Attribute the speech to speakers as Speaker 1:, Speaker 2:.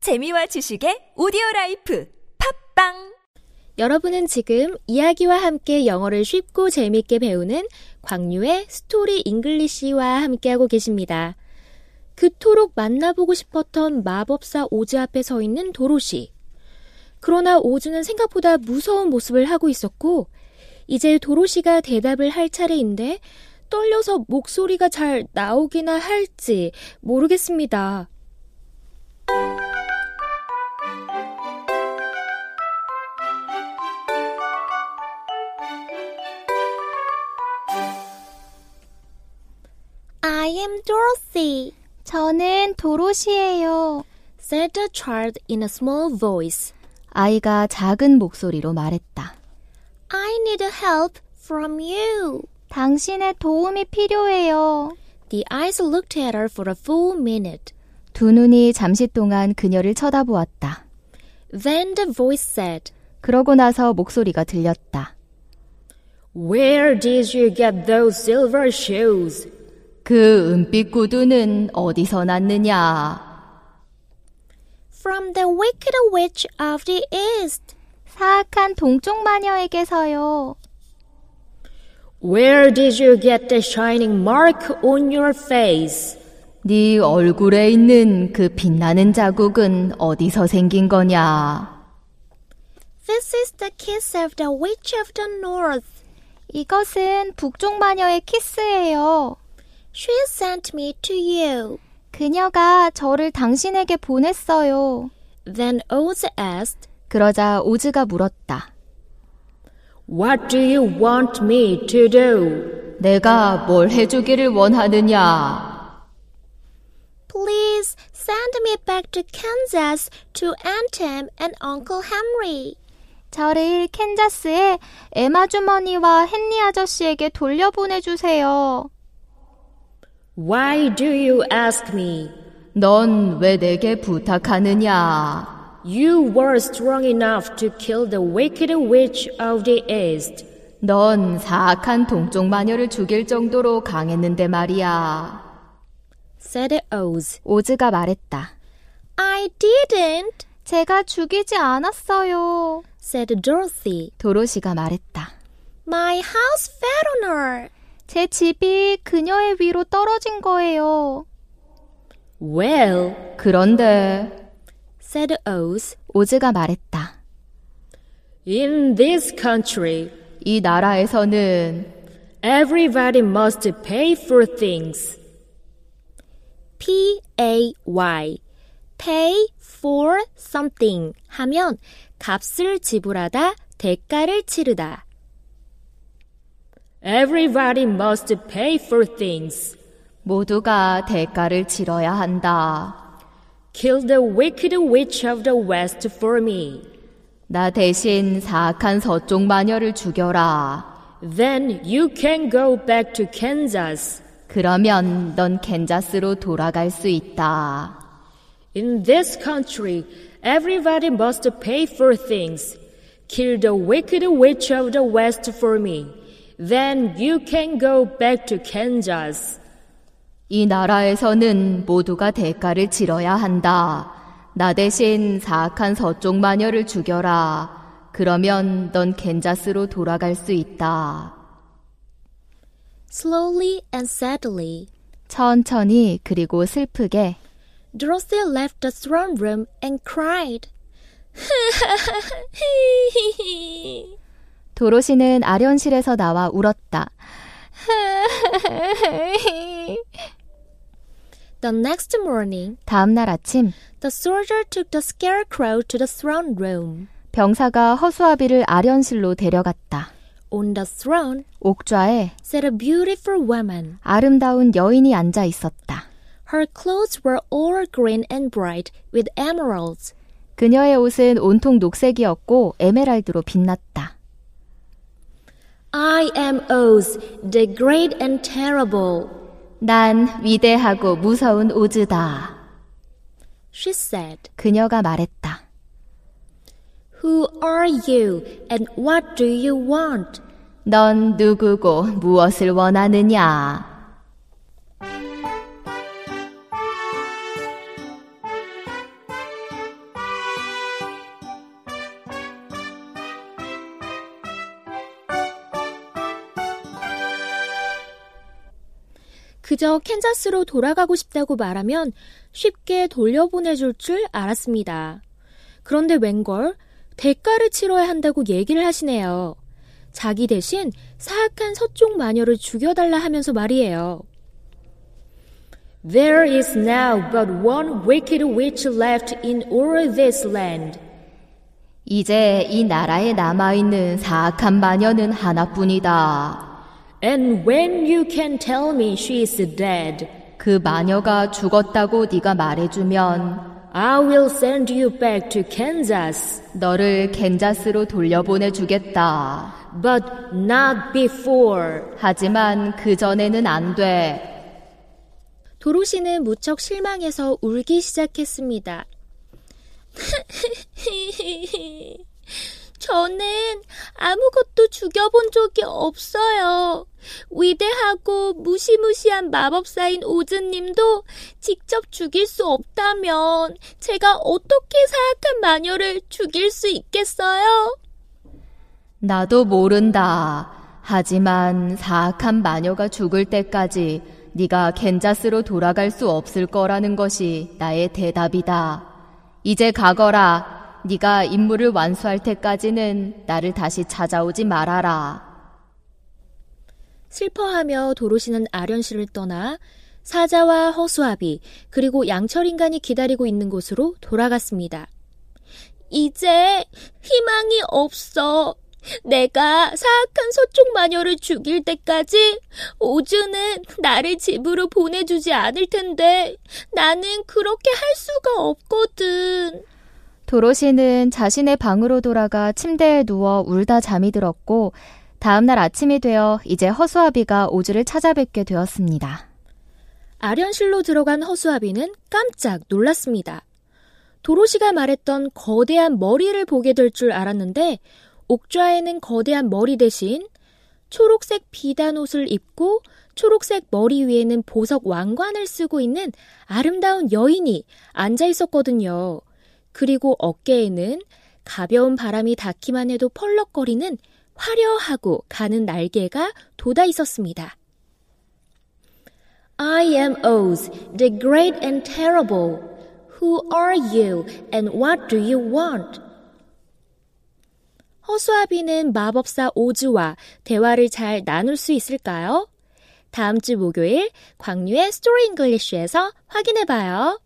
Speaker 1: 재미와 지식의 오디오 라이프 팝빵
Speaker 2: 여러분은 지금 이야기와 함께 영어를 쉽고 재미있게 배우는 광유의 스토리 잉글리시와 함께하고 계십니다. 그토록 만나보고 싶었던 마법사 오즈 앞에 서 있는 도로시. 그러나 오즈는 생각보다 무서운 모습을 하고 있었고, 이제 도로시가 대답을 할 차례인데, 떨려서 목소리가 잘 나오기나 할지 모르겠습니다.
Speaker 3: I am Dorothy. 저는 도로시예요.
Speaker 2: said the child in a small voice.
Speaker 4: 아이가 작은 목소리로 말했다.
Speaker 3: I need help from you. 당신의 도움이 필요해요.
Speaker 2: The eyes looked at her for a full minute.
Speaker 4: 두 눈이 잠시 동안 그녀를 쳐다보았다.
Speaker 2: Then the voice said,
Speaker 4: 그러고 나서 목소리가 들렸다.
Speaker 2: Where did you get those silver shoes?
Speaker 4: 그 은빛 구두는 어디서 났느냐?
Speaker 2: From the wicked witch of the east.
Speaker 3: 사악한 동쪽 마녀에게서요.
Speaker 2: Where did you get the shining mark on your face?
Speaker 4: 네 얼굴에 있는 그 빛나는 자국은 어디서 생긴 거냐?
Speaker 3: This is the kiss of the witch of the north. 이것은 북쪽 마녀의 키스예요. She sent me to you. 그녀가 저를 당신에게 보냈어요.
Speaker 2: Then Oz asked,
Speaker 4: 그러자 오즈가 물었다.
Speaker 2: What do you want me to do?
Speaker 4: 내가 뭘 해주기를 원하느냐?
Speaker 3: Please send me back to Kansas to Aunt Em and Uncle Henry. 저를 캔자스의 에마 주머니와 헨리 아저씨에게 돌려보내 주세요.
Speaker 2: Why do you ask me?
Speaker 4: 넌 왜 내게 부탁하느냐?
Speaker 2: You were strong enough to kill the wicked witch of the east.
Speaker 4: 넌 사악한 동쪽 마녀를 죽일 정도로 강했는데 말이야.
Speaker 2: said Oz.
Speaker 4: 오즈가 말했다.
Speaker 3: I didn't. 제가 죽이지 않았어요.
Speaker 2: said Dorothy.
Speaker 4: 도로시가 말했다.
Speaker 3: My house fell on her. 제 집이 그녀의 위로 떨어진 거예요.
Speaker 2: Well,
Speaker 4: 그런데
Speaker 2: said Oz,
Speaker 4: 오즈가 말했다.
Speaker 2: in this country,
Speaker 4: 이 나라에서는
Speaker 2: everybody must pay for things. P A Y. pay for something 하면 값을 지불하다, 대가를 치르다. Everybody must pay for things.
Speaker 4: 모두가 대가를 치러야 한다.
Speaker 2: Kill the wicked witch of the west for me.
Speaker 4: 나 대신 사악한 서쪽 마녀를 죽여라.
Speaker 2: Then you can go back to Kansas.
Speaker 4: 그러면 넌 캔자스로 돌아갈 수 있다.
Speaker 2: In this country, everybody must pay for things. Kill the wicked witch of the west for me. Then you can go back to Kansas.
Speaker 4: 이 나라에서는 모두가 대가를 치러야 한다. 나 대신 사악한 서쪽 마녀를 죽여라. 그러면 넌 캔자스로 돌아갈 수 있다.
Speaker 2: Slowly and sadly,
Speaker 4: 천천히 그리고 슬프게
Speaker 2: Dorothy left the throne room and cried.
Speaker 4: 도로시는 아련실에서 나와 울었다.
Speaker 2: The next morning,
Speaker 4: 다음 날 아침
Speaker 2: the soldier took the scarecrow to the throne room.
Speaker 4: 병사가 허수아비를 아련실로 데려갔다.
Speaker 2: On the throne
Speaker 4: 옥좌에
Speaker 2: sat a beautiful woman.
Speaker 4: 아름다운 여인이 앉아 있었다.
Speaker 2: Her clothes were all green and bright with emeralds.
Speaker 4: 그녀의 옷은 온통 녹색이었고 에메랄드로 빛났다.
Speaker 2: I am Oz, the great and terrible,
Speaker 4: 난 위대하고 무서운 오즈다.
Speaker 2: she said.
Speaker 4: 그녀가 말했다.
Speaker 2: Who are you and what do you want?
Speaker 4: 넌 누구고 무엇을 원하느냐?
Speaker 5: 그저 캔자스로 돌아가고 싶다고 말하면 쉽게 돌려보내줄 줄 알았습니다. 그런데 웬걸 대가를 치러야 한다고 얘기를 하시네요. 자기 대신 사악한 서쪽 마녀를 죽여달라 하면서 말이에요. There is now but one wicked witch left in all this land.
Speaker 4: 이제 이 나라에 남아있는 사악한 마녀는 하나뿐이다.
Speaker 5: And when you can tell me she is dead,
Speaker 4: 그 마녀가 죽었다고 네가 말해주면
Speaker 5: I will send you back to Kansas,
Speaker 4: 너를 캔자스로 돌려보내주겠다.
Speaker 5: but not before.
Speaker 4: 하지만 그 전에는 안 돼.
Speaker 5: 도로시는 무척 실망해서 울기 시작했습니다. 저는 아무것도 죽여본 적이 없어요. 위대하고 무시무시한 마법사인 오즈님도 직접 죽일 수 없다면 제가 어떻게 사악한 마녀를 죽일 수 있겠어요?
Speaker 4: 나도 모른다. 하지만 사악한 마녀가 죽을 때까지 네가 겐자스로 돌아갈 수 없을 거라는 것이 나의 대답이다. 이제 가거라. 네가 임무를 완수할 때까지는 나를 다시 찾아오지 말아라.
Speaker 5: 슬퍼하며 도로시는 아련실을 떠나 사자와 허수아비 그리고 양철인간이 기다리고 있는 곳으로 돌아갔습니다. 이제 희망이 없어. 내가 사악한 서쪽 마녀를 죽일 때까지 오즈는 나를 집으로 보내주지 않을 텐데 나는 그렇게 할 수가 없거든.
Speaker 4: 도로시는 자신의 방으로 돌아가 침대에 누워 울다 잠이 들었고 다음날 아침이 되어 이제 허수아비가 오즈를 찾아뵙게 되었습니다.
Speaker 5: 아련실로 들어간 허수아비는 깜짝 놀랐습니다. 도로시가 말했던 거대한 머리를 보게 될 줄 알았는데 옥좌에는 거대한 머리 대신 초록색 비단 옷을 입고 초록색 머리 위에는 보석 왕관을 쓰고 있는 아름다운 여인이 앉아 있었거든요. 그리고 어깨에는 가벼운 바람이 닿기만 해도 펄럭거리는 화려하고 가는 날개가 돋아 있었습니다. I am Oz, the great and terrible. Who are you and what do you want? 허수아비는 마법사 오즈와 대화를 잘 나눌 수 있을까요? 다음 주 목요일 광유의 스토리 잉글리쉬에서 확인해 봐요.